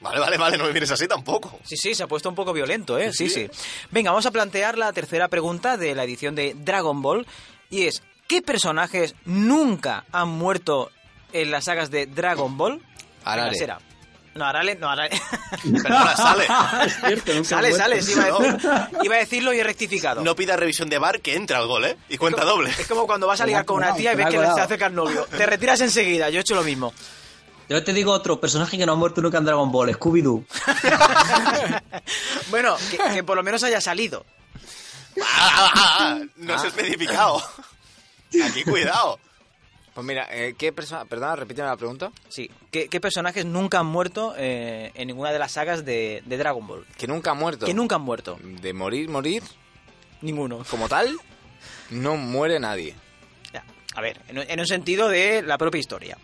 Speaker 9: Vale, vale, vale, no me mires así tampoco.
Speaker 8: Sí, sí, se ha puesto un poco violento, ¿eh? Sí,
Speaker 9: Sí.
Speaker 8: sí. Venga, vamos a plantear la tercera pregunta de la edición de Dragon Ball. Y es, ¿qué personajes nunca han muerto en las sagas de Dragon Ball?
Speaker 4: Arale.
Speaker 8: Venga, será. No, Arale, no,
Speaker 10: [laughs]
Speaker 8: Arale.
Speaker 9: Pero ahora
Speaker 4: [laughs]
Speaker 9: sale.
Speaker 10: Es cierto, nunca
Speaker 8: sale,
Speaker 10: han
Speaker 8: sale,
Speaker 10: vuelto.
Speaker 8: sí, iba, a decir- iba a decirlo y he rectificado.
Speaker 9: No pida revisión de bar que entra el gol, ¿eh? Y cuenta doble.
Speaker 8: Es como cuando vas a ligar con una tía y ves que se acerca el novio. Te retiras enseguida, yo he hecho lo mismo.
Speaker 10: [laughs] Yo te digo otro personaje que no ha muerto nunca en Dragon Ball, Scooby-Doo.
Speaker 8: Bueno, que- que por lo menos haya salido.
Speaker 9: [laughs]
Speaker 4: [laughs]
Speaker 9: Ah, ah, ah, ah, no se ha especificado. Aquí, cuidado.
Speaker 4: Pues mira, eh, ¿qué persona... Perdona, repíteme la pregunta.
Speaker 8: Sí. ¿Qué, qué personajes nunca han muerto eh, en ninguna de las sagas de, de Dragon Ball?
Speaker 4: Que nunca han muerto.
Speaker 8: Que nunca han muerto.
Speaker 4: De morir, morir,
Speaker 8: Ninguno.
Speaker 4: como tal, no muere nadie.
Speaker 8: Ya, A ver, en, en un sentido de la propia historia.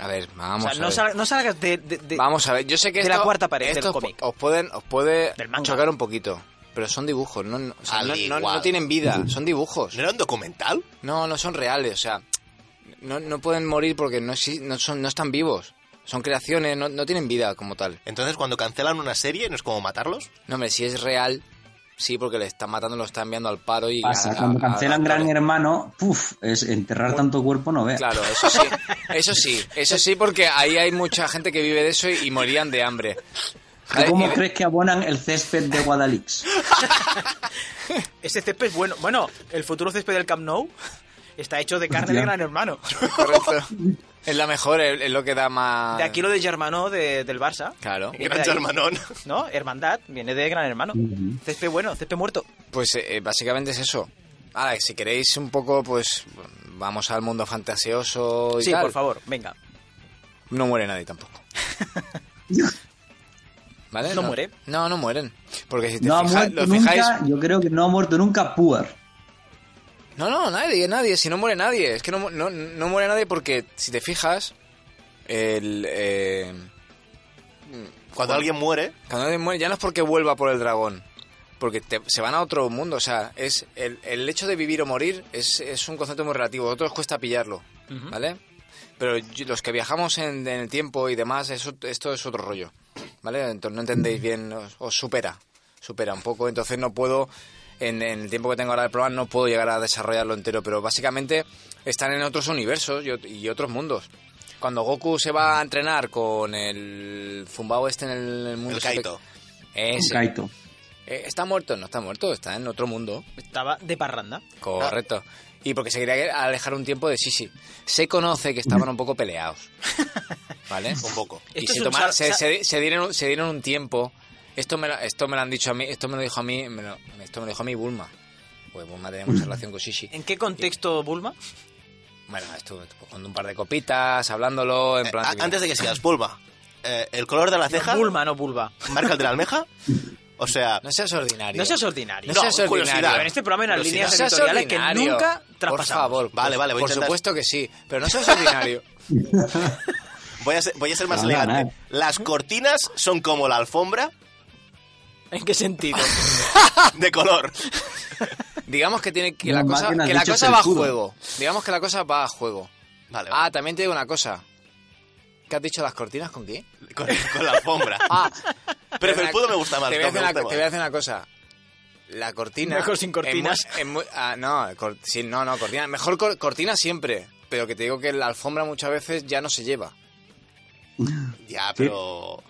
Speaker 4: A ver, vamos
Speaker 8: o sea,
Speaker 4: a
Speaker 8: no,
Speaker 4: ver.
Speaker 8: sal- no salgas de, de- de-
Speaker 4: Vamos a ver, yo sé que
Speaker 8: de
Speaker 4: esto-
Speaker 8: la cuarta pared
Speaker 4: esto
Speaker 8: del
Speaker 4: os po-
Speaker 8: cómic.
Speaker 4: Os pueden, os puede
Speaker 8: Del manga.
Speaker 4: chocar un poquito, pero son dibujos, no, no- o sea,
Speaker 9: Al
Speaker 4: no- no-
Speaker 9: igual.
Speaker 4: no tienen vida, son dibujos.
Speaker 9: ¿No era un documental?
Speaker 4: No, no son reales, o sea, no, no pueden morir porque no, exi- no, son, no están vivos. Son creaciones, no, no tienen vida como tal.
Speaker 9: Entonces, cuando cancelan una serie, ¿no es como matarlos?
Speaker 4: No, hombre, si es real, sí, porque le están matando, lo están enviando al paro y...
Speaker 10: Pasa,
Speaker 4: a- a-
Speaker 10: cuando
Speaker 4: a-
Speaker 10: cancelan
Speaker 4: a-
Speaker 10: Gran Hermano, puf, es enterrar tanto cuerpo no veas.
Speaker 4: Claro, eso sí, eso sí, eso sí, porque ahí hay mucha gente que vive de eso y, y morían de hambre.
Speaker 10: ¿Tú cómo crees que abonan el césped de Guadalix?
Speaker 8: Ese este césped, bueno, bueno, el futuro césped del Camp Nou [laughs] está hecho de carne de
Speaker 10: Hostia.
Speaker 8: gran hermano.
Speaker 4: Correcto. Es la mejor, es, es lo que da más...
Speaker 8: De aquí lo de Germano de- del Barça.
Speaker 4: Claro.
Speaker 8: Viene de
Speaker 9: Gran
Speaker 8: ahí,
Speaker 9: Germanón.
Speaker 8: ¿No? Hermandad, viene de gran hermano. Césped bueno, césped muerto.
Speaker 4: Pues eh, eh, básicamente es eso. Ahora, si queréis un poco, pues vamos al mundo fantasioso y
Speaker 8: Sí,
Speaker 4: tal.
Speaker 8: por favor, venga.
Speaker 4: No muere nadie tampoco. ¿Vale?
Speaker 8: No muere.
Speaker 4: No, no mueren. Porque si te
Speaker 10: No ha
Speaker 4: fija-
Speaker 10: muerto
Speaker 4: lo
Speaker 10: nunca,
Speaker 4: fijáis...
Speaker 10: yo creo que no ha muerto nunca Puar.
Speaker 4: No, no, nadie, nadie. Si no muere nadie. Es que no, mu- no, no muere nadie porque, si te fijas, el... eh,
Speaker 9: Cuando alguien muere,
Speaker 4: Cuando alguien muere, ya no es porque vuelva por el dragón. Porque te- se van a otro mundo. O sea, es el, el hecho de vivir o morir es, es un concepto muy relativo. A otros cuesta pillarlo. ¿Vale? Pero yo- los que viajamos en, en el tiempo y demás, eso, esto es otro rollo. ¿Vale? Entonces no entendéis bien, os, os supera. Supera un poco. Entonces no puedo. En, en el tiempo que tengo ahora de programa no puedo llegar a desarrollarlo entero, pero básicamente están en otros universos y, ot- y otros mundos. Cuando Goku se va a entrenar con el zumbao este en el, mundo... este,
Speaker 9: el Kaito.
Speaker 4: Ese.
Speaker 10: Kaito.
Speaker 4: Eh, está muerto, no está muerto, está en otro mundo.
Speaker 8: Estaba de parranda.
Speaker 4: Correcto.
Speaker 8: Ah.
Speaker 4: Y porque se quería alejar un tiempo de Sisi. Se conoce que estaban un poco
Speaker 8: [laughs]
Speaker 4: peleados. ¿Vale?
Speaker 9: Un poco.
Speaker 4: Y
Speaker 8: Esto
Speaker 4: se,
Speaker 8: es un sal-
Speaker 4: tomaron- se,
Speaker 8: sal-
Speaker 4: se- se dieron, se dieron un tiempo. Esto me, lo, esto me lo han dicho a mí, esto me lo dijo a mí, me lo- esto me lo dijo a mí Bulma. Pues Bulma tenía mucha relación con Sisi.
Speaker 8: Mm. ¿En qué contexto, Bulma?
Speaker 4: Bueno, estuve con un par de copitas, hablándolo, en
Speaker 9: Eh,
Speaker 4: plan...
Speaker 9: a- antes de que sigas, Pulva. eh, ¿El color de la ceja
Speaker 8: Bulma, no Bulba.
Speaker 9: marca el de la almeja? O sea,
Speaker 4: No seas ordinario.
Speaker 8: No seas ordinario.
Speaker 4: No seas
Speaker 9: curiosidad.
Speaker 4: ordinario.
Speaker 8: A ver, este programa eran
Speaker 9: Pero si
Speaker 8: líneas
Speaker 4: no seas
Speaker 8: editoriales que
Speaker 4: ordinario.
Speaker 8: nunca
Speaker 4: Por
Speaker 8: traspasamos.
Speaker 4: favor. pues,
Speaker 9: Vale, vale, voy a
Speaker 4: Por
Speaker 9: intentar-
Speaker 4: supuesto que sí, pero no
Speaker 8: [laughs]
Speaker 4: seas ordinario.
Speaker 9: voy a ser, voy a ser más
Speaker 10: No, no,
Speaker 9: elegante.
Speaker 10: no.
Speaker 9: Las cortinas son como la alfombra
Speaker 8: ¿En qué sentido?
Speaker 9: [laughs] de color.
Speaker 4: Digamos que tiene que
Speaker 10: No,
Speaker 4: la
Speaker 10: más
Speaker 4: cosa,
Speaker 10: que no has
Speaker 4: que la
Speaker 10: dicho
Speaker 4: cosa va a
Speaker 10: felpudo.
Speaker 4: juego. Digamos que la cosa va a juego.
Speaker 9: Vale,
Speaker 4: Ah, también te digo una cosa. ¿Qué has dicho las cortinas con qué?
Speaker 9: con, con la alfombra.
Speaker 4: Ah,
Speaker 9: Pero
Speaker 4: te voy a-
Speaker 9: el pudo me gusta más.
Speaker 4: Te voy a
Speaker 9: no, me
Speaker 4: hacer, una,
Speaker 9: gusta
Speaker 4: te voy a
Speaker 9: más.
Speaker 4: hacer una cosa. La cortina.
Speaker 8: Mejor sin
Speaker 4: es
Speaker 8: cortinas.
Speaker 4: mu- es mu- ah, no, cor- sí, no, no, cortina. Mejor cor- cortina siempre. Pero que te digo que la alfombra muchas veces ya no se lleva.
Speaker 9: Ya, pero...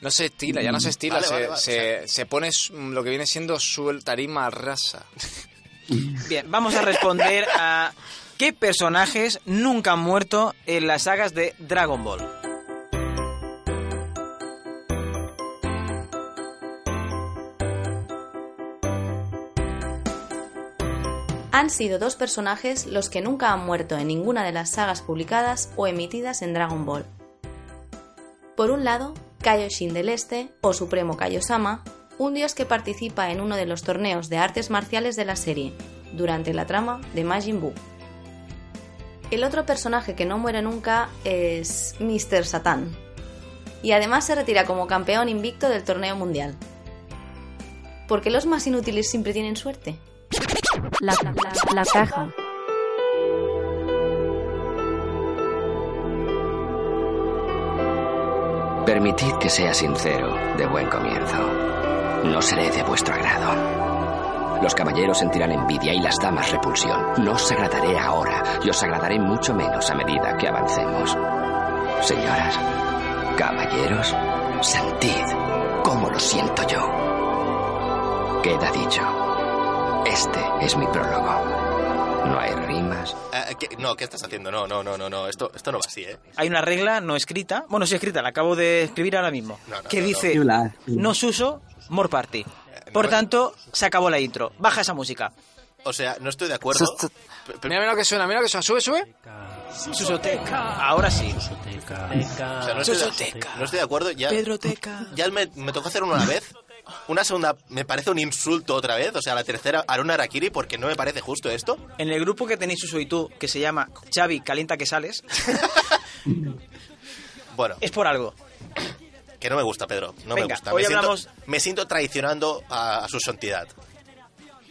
Speaker 4: No se estila, ya no se estila.
Speaker 9: Mm, Vale,
Speaker 4: se,
Speaker 9: vale, vale,
Speaker 4: se- se pone su- lo que viene siendo su
Speaker 9: [laughs]
Speaker 4: tarima rasa.
Speaker 8: Bien, vamos a responder a qué personajes nunca han muerto en las sagas de Dragon Ball.
Speaker 11: Han sido dos personajes los que nunca han muerto en ninguna de las sagas publicadas o emitidas en Dragon Ball. Por un lado, Kaioshin del Este, o Supremo Kaiosama, un dios que participa en uno de los torneos de artes marciales de la serie, durante la trama de Majin Buu. El otro personaje que no muere nunca es Mr. Satan, y además se retira como campeón invicto del torneo mundial. Porque los más inútiles siempre tienen suerte.
Speaker 12: La, la- la caja.
Speaker 13: Permitid que sea sincero de buen comienzo. No seré de vuestro agrado. Los caballeros sentirán envidia y las damas repulsión. No os agradaré ahora y os agradaré mucho menos a medida que avancemos. Señoras, caballeros, sentid cómo lo siento yo. Queda dicho. Este es mi prólogo. No hay rimas.
Speaker 9: Ah, ¿qué- no, ¿qué estás haciendo? No, no, no, no, no. Esto, esto no va así, ¿eh?
Speaker 8: Hay una regla no escrita, bueno, sí escrita, la acabo de escribir ahora mismo,
Speaker 9: No, no,
Speaker 8: que
Speaker 9: no,
Speaker 8: dice,
Speaker 10: no.
Speaker 8: no,
Speaker 10: Chula.
Speaker 4: Eh,
Speaker 8: suso, more party. Por
Speaker 9: no-
Speaker 8: tanto, se acabó la intro. Baja esa música.
Speaker 9: O sea, no estoy de acuerdo.
Speaker 4: Mira, mira lo que suena, mira lo que suena. Sube, sube.
Speaker 8: Susoteca. Ahora sí.
Speaker 9: O sea, no estoy, de,
Speaker 8: Susoteca.
Speaker 9: no estoy de acuerdo. Ya,
Speaker 8: Pedroteca.
Speaker 9: ya me, me tocó hacer una una vez. Una segunda me parece un insulto otra vez. O sea, la tercera haré un harakiri porque no me parece justo esto.
Speaker 8: En el grupo que tenéis Suso y tú, que se llama Xavi Calienta que sales,
Speaker 9: Bueno,
Speaker 8: es por algo.
Speaker 9: que no me gusta, Pedro. No me
Speaker 8: Venga,
Speaker 9: gusta.
Speaker 8: hoy
Speaker 9: me,
Speaker 8: hablamos-
Speaker 9: siento, me siento traicionando a, a su santidad.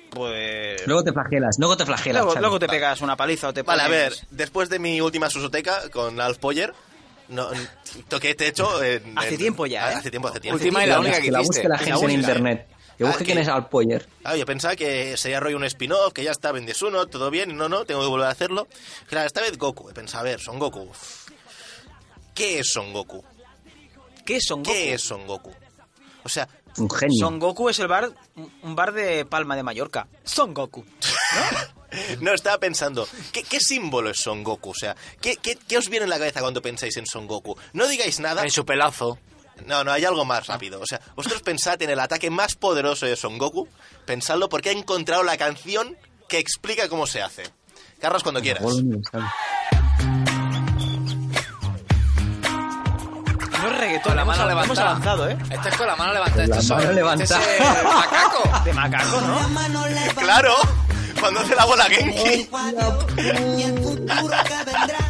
Speaker 9: Pues...
Speaker 10: Luego te flagelas, luego te flagelas.
Speaker 9: Luego-
Speaker 10: Xavi.
Speaker 9: luego te
Speaker 8: Te pegas una paliza o te
Speaker 9: Vale, a ver,
Speaker 8: pones-
Speaker 9: después de mi última susoteca con Alf Poyer, no, n- toqué techo en-
Speaker 8: Hace
Speaker 9: en-
Speaker 8: tiempo ya,
Speaker 9: ah,
Speaker 8: ¿eh?
Speaker 9: Hace tiempo, hace tiempo.
Speaker 4: Última y la única
Speaker 10: que la busque la gente en internet. Que
Speaker 9: Ah,
Speaker 10: busque
Speaker 9: que-
Speaker 10: quién es Al Poyer.
Speaker 9: Ah, yo pensaba que sería rollo un spin-off, que ya está, vendes uno, todo bien, no, no, tengo que volver a hacerlo. Claro, esta vez Goku, he pensado, a ver, Son Goku. ¿Qué es Son Goku?
Speaker 8: ¿Qué es Son Goku?
Speaker 9: ¿Qué es Son Goku? O sea,
Speaker 10: Un genio.
Speaker 8: Son Goku es el bar, un bar de Palma de Mallorca. Son Goku.
Speaker 9: no, estaba pensando, ¿qué, qué símbolo es Son Goku? O sea, ¿qué, qué, qué os viene en la cabeza cuando pensáis en Son Goku? No digáis nada.
Speaker 4: En su pelazo.
Speaker 9: No, no, hay algo más rápido. O sea, vosotros pensad en el ataque más poderoso de Son Goku, pensadlo porque ha encontrado la canción que explica cómo se hace. Carlos, cuando quieras.
Speaker 8: No es reggaetón,
Speaker 4: la
Speaker 8: hemos,
Speaker 4: mano
Speaker 8: hemos
Speaker 4: levantada.
Speaker 8: avanzado, ¿eh?
Speaker 4: Este es con la mano levantada. Este
Speaker 10: La
Speaker 4: es sobre-
Speaker 10: mano
Speaker 4: este
Speaker 10: levantada.
Speaker 4: es
Speaker 10: [laughs]
Speaker 4: el macaco.
Speaker 8: De macaco, ¿no?
Speaker 9: Claro, cuando hace la bola Genki.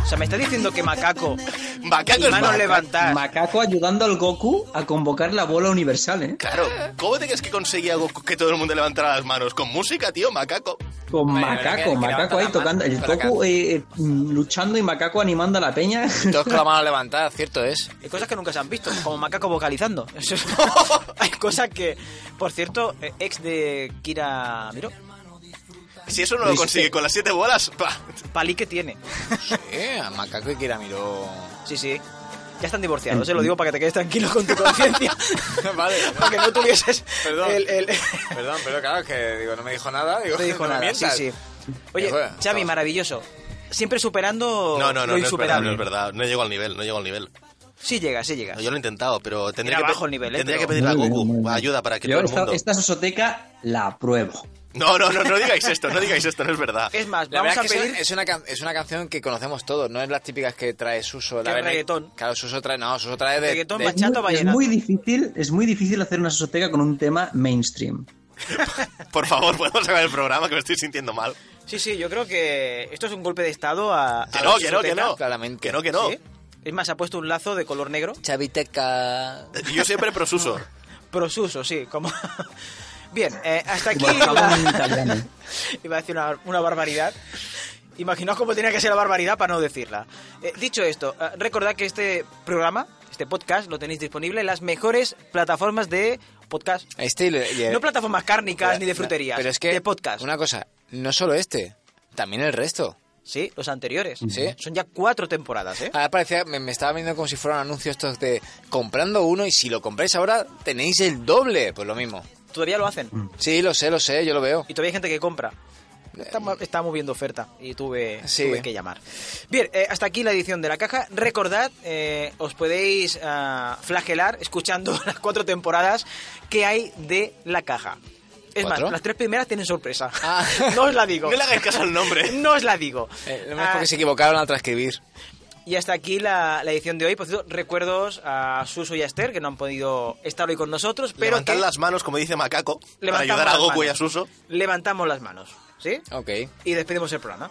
Speaker 8: O sea, me estás diciendo que macaco
Speaker 9: Macaco
Speaker 8: y
Speaker 9: es
Speaker 8: mano
Speaker 9: macaco.
Speaker 8: levantada.
Speaker 10: Macaco ayudando al Goku a convocar la bola universal, ¿eh?
Speaker 9: Claro, ¿cómo te crees que conseguía Goku que todo el mundo levantara las manos? Con música, tío, macaco.
Speaker 10: Con
Speaker 4: Bueno, que-
Speaker 10: Macaco,
Speaker 4: que levanta
Speaker 10: Macaco
Speaker 4: la
Speaker 10: ahí
Speaker 4: mano
Speaker 10: tocando. El
Speaker 4: con la
Speaker 10: Goku eh, eh, luchando y Macaco animando a la peña.
Speaker 4: Todos con la mano levantada, cierto es.
Speaker 8: Hay cosas que nunca se han visto, como macaco
Speaker 9: [laughs]
Speaker 8: vocalizando. Eso es- [laughs] Hay cosas que, por cierto, eh, ex de Kira Miro,
Speaker 9: Si eso no lo consigue con las siete bolas, pa.
Speaker 8: palí que tiene.
Speaker 4: Eh, a macaco
Speaker 8: [laughs]
Speaker 4: y Kiramiro.
Speaker 8: Sí, sí. Ya están divorciados, se lo digo para que te quedes tranquilo con tu
Speaker 9: [laughs]
Speaker 8: conciencia.
Speaker 4: vale.
Speaker 8: para que no tuvieses
Speaker 4: Perdón.
Speaker 8: el- el-
Speaker 4: Perdón, pero claro, es que digo, no me dijo nada.
Speaker 9: [laughs]
Speaker 4: Digo,
Speaker 8: No te dijo
Speaker 4: no me
Speaker 8: nada, sí,
Speaker 4: mientas.
Speaker 8: sí. Oye,
Speaker 4: Que juega,
Speaker 8: Xavi,
Speaker 4: no.
Speaker 8: maravilloso. Siempre superando
Speaker 9: No, no, no, no
Speaker 8: lo
Speaker 9: es verdad,
Speaker 8: insuperable.
Speaker 9: no es verdad. No llego al nivel, no llego al nivel.
Speaker 8: Sí llega, sí llega.
Speaker 9: No, yo lo he intentado, pero tendría,
Speaker 8: Era
Speaker 9: que,
Speaker 8: bajo el nivel, ¿eh?
Speaker 9: tendría
Speaker 8: Pero-
Speaker 9: que pedirle a
Speaker 10: [laughs] Muy bien,
Speaker 9: Goku
Speaker 10: muy bien.
Speaker 9: ayuda para que
Speaker 10: Yo
Speaker 9: todo el
Speaker 10: esta,
Speaker 9: mundo...
Speaker 10: esta sosoteca la apruebo.
Speaker 9: No, no, no, no digáis esto, no digáis esto, no es verdad.
Speaker 8: Es más,
Speaker 4: La
Speaker 8: vamos
Speaker 4: verdad
Speaker 8: a
Speaker 4: es que
Speaker 8: pedir...
Speaker 4: es, es una, can- es una canción que conocemos todos, no es las típicas que trae Suso. La
Speaker 8: Que es
Speaker 4: verdad-
Speaker 8: reggaetón.
Speaker 4: Claro, Suso trae, no, Suso trae de...
Speaker 8: Reggaetón
Speaker 4: de-
Speaker 8: bachata. Chato
Speaker 10: es
Speaker 8: vallenato.
Speaker 10: muy difícil, es muy difícil hacer una sosoteca con un tema mainstream.
Speaker 9: Por favor, podemos sacar el programa que me estoy sintiendo mal.
Speaker 8: Sí, sí, yo creo que esto es un golpe de estado a...
Speaker 9: Que
Speaker 8: a
Speaker 9: no,
Speaker 8: la
Speaker 9: que no, que
Speaker 8: Susoteca.
Speaker 9: no.
Speaker 4: claramente.
Speaker 9: Que no, que no.
Speaker 8: ¿Sí? Es más, ha puesto un lazo de color negro.
Speaker 4: Chaviteca.
Speaker 9: Yo siempre prosuso.
Speaker 8: Prosuso, sí, como... [laughs] Bien, eh, hasta aquí...
Speaker 10: Como el jabón en
Speaker 8: la-
Speaker 10: italiano.
Speaker 8: [laughs] Iba a decir una, una barbaridad. Imaginaos cómo tenía que ser la barbaridad para no decirla. Eh, dicho esto, eh, recordad que este programa, este podcast, lo tenéis disponible en las mejores plataformas de podcast.
Speaker 4: Este y le- y el-
Speaker 8: No plataformas cárnicas ni de fruterías,
Speaker 4: Pero es que...
Speaker 8: de podcast.
Speaker 4: Una cosa, no solo este, también el resto.
Speaker 8: Sí, los anteriores.
Speaker 4: Sí. Ah.
Speaker 8: Son ya cuatro temporadas, ¿eh?
Speaker 4: Ahora parecía, me, me estaba viendo como si fueran anuncios estos de comprando uno y si lo compráis ahora tenéis el doble. Pues lo mismo.
Speaker 8: Todavía lo hacen.
Speaker 4: Sí, lo sé, lo sé, yo lo veo.
Speaker 8: Y todavía hay gente que compra. Estamos, estamos viendo oferta y tuve,
Speaker 4: Eh. Sí.
Speaker 8: tuve que llamar. Bien, eh, hasta aquí la edición de la caja. Recordad, eh, os podéis ah, flagelar escuchando [laughs] las cuatro temporadas que hay de la caja. Es
Speaker 4: ¿Cuatro?
Speaker 8: más, las tres primeras tienen sorpresa.
Speaker 4: Ah.
Speaker 8: [laughs] No os la
Speaker 4: [laughs]
Speaker 8: digo.
Speaker 9: No le hagáis caso al nombre.
Speaker 8: No os la digo.
Speaker 4: Eh, lo
Speaker 8: Ah,
Speaker 4: mismo que se equivocaron al transcribir.
Speaker 8: y hasta aquí la, la edición de hoy. Por cierto, recuerdos a Suso y a Esther, que no han podido estar hoy con nosotros, pero
Speaker 9: Levantad
Speaker 8: que
Speaker 9: las manos, como dice Macaco, para
Speaker 8: Levantamos
Speaker 9: ayudar a
Speaker 8: las
Speaker 9: Goku y a
Speaker 8: manos.
Speaker 9: Suso.
Speaker 8: levantamos las manos. ¿Sí?
Speaker 4: Ok.
Speaker 8: Y despedimos el programa.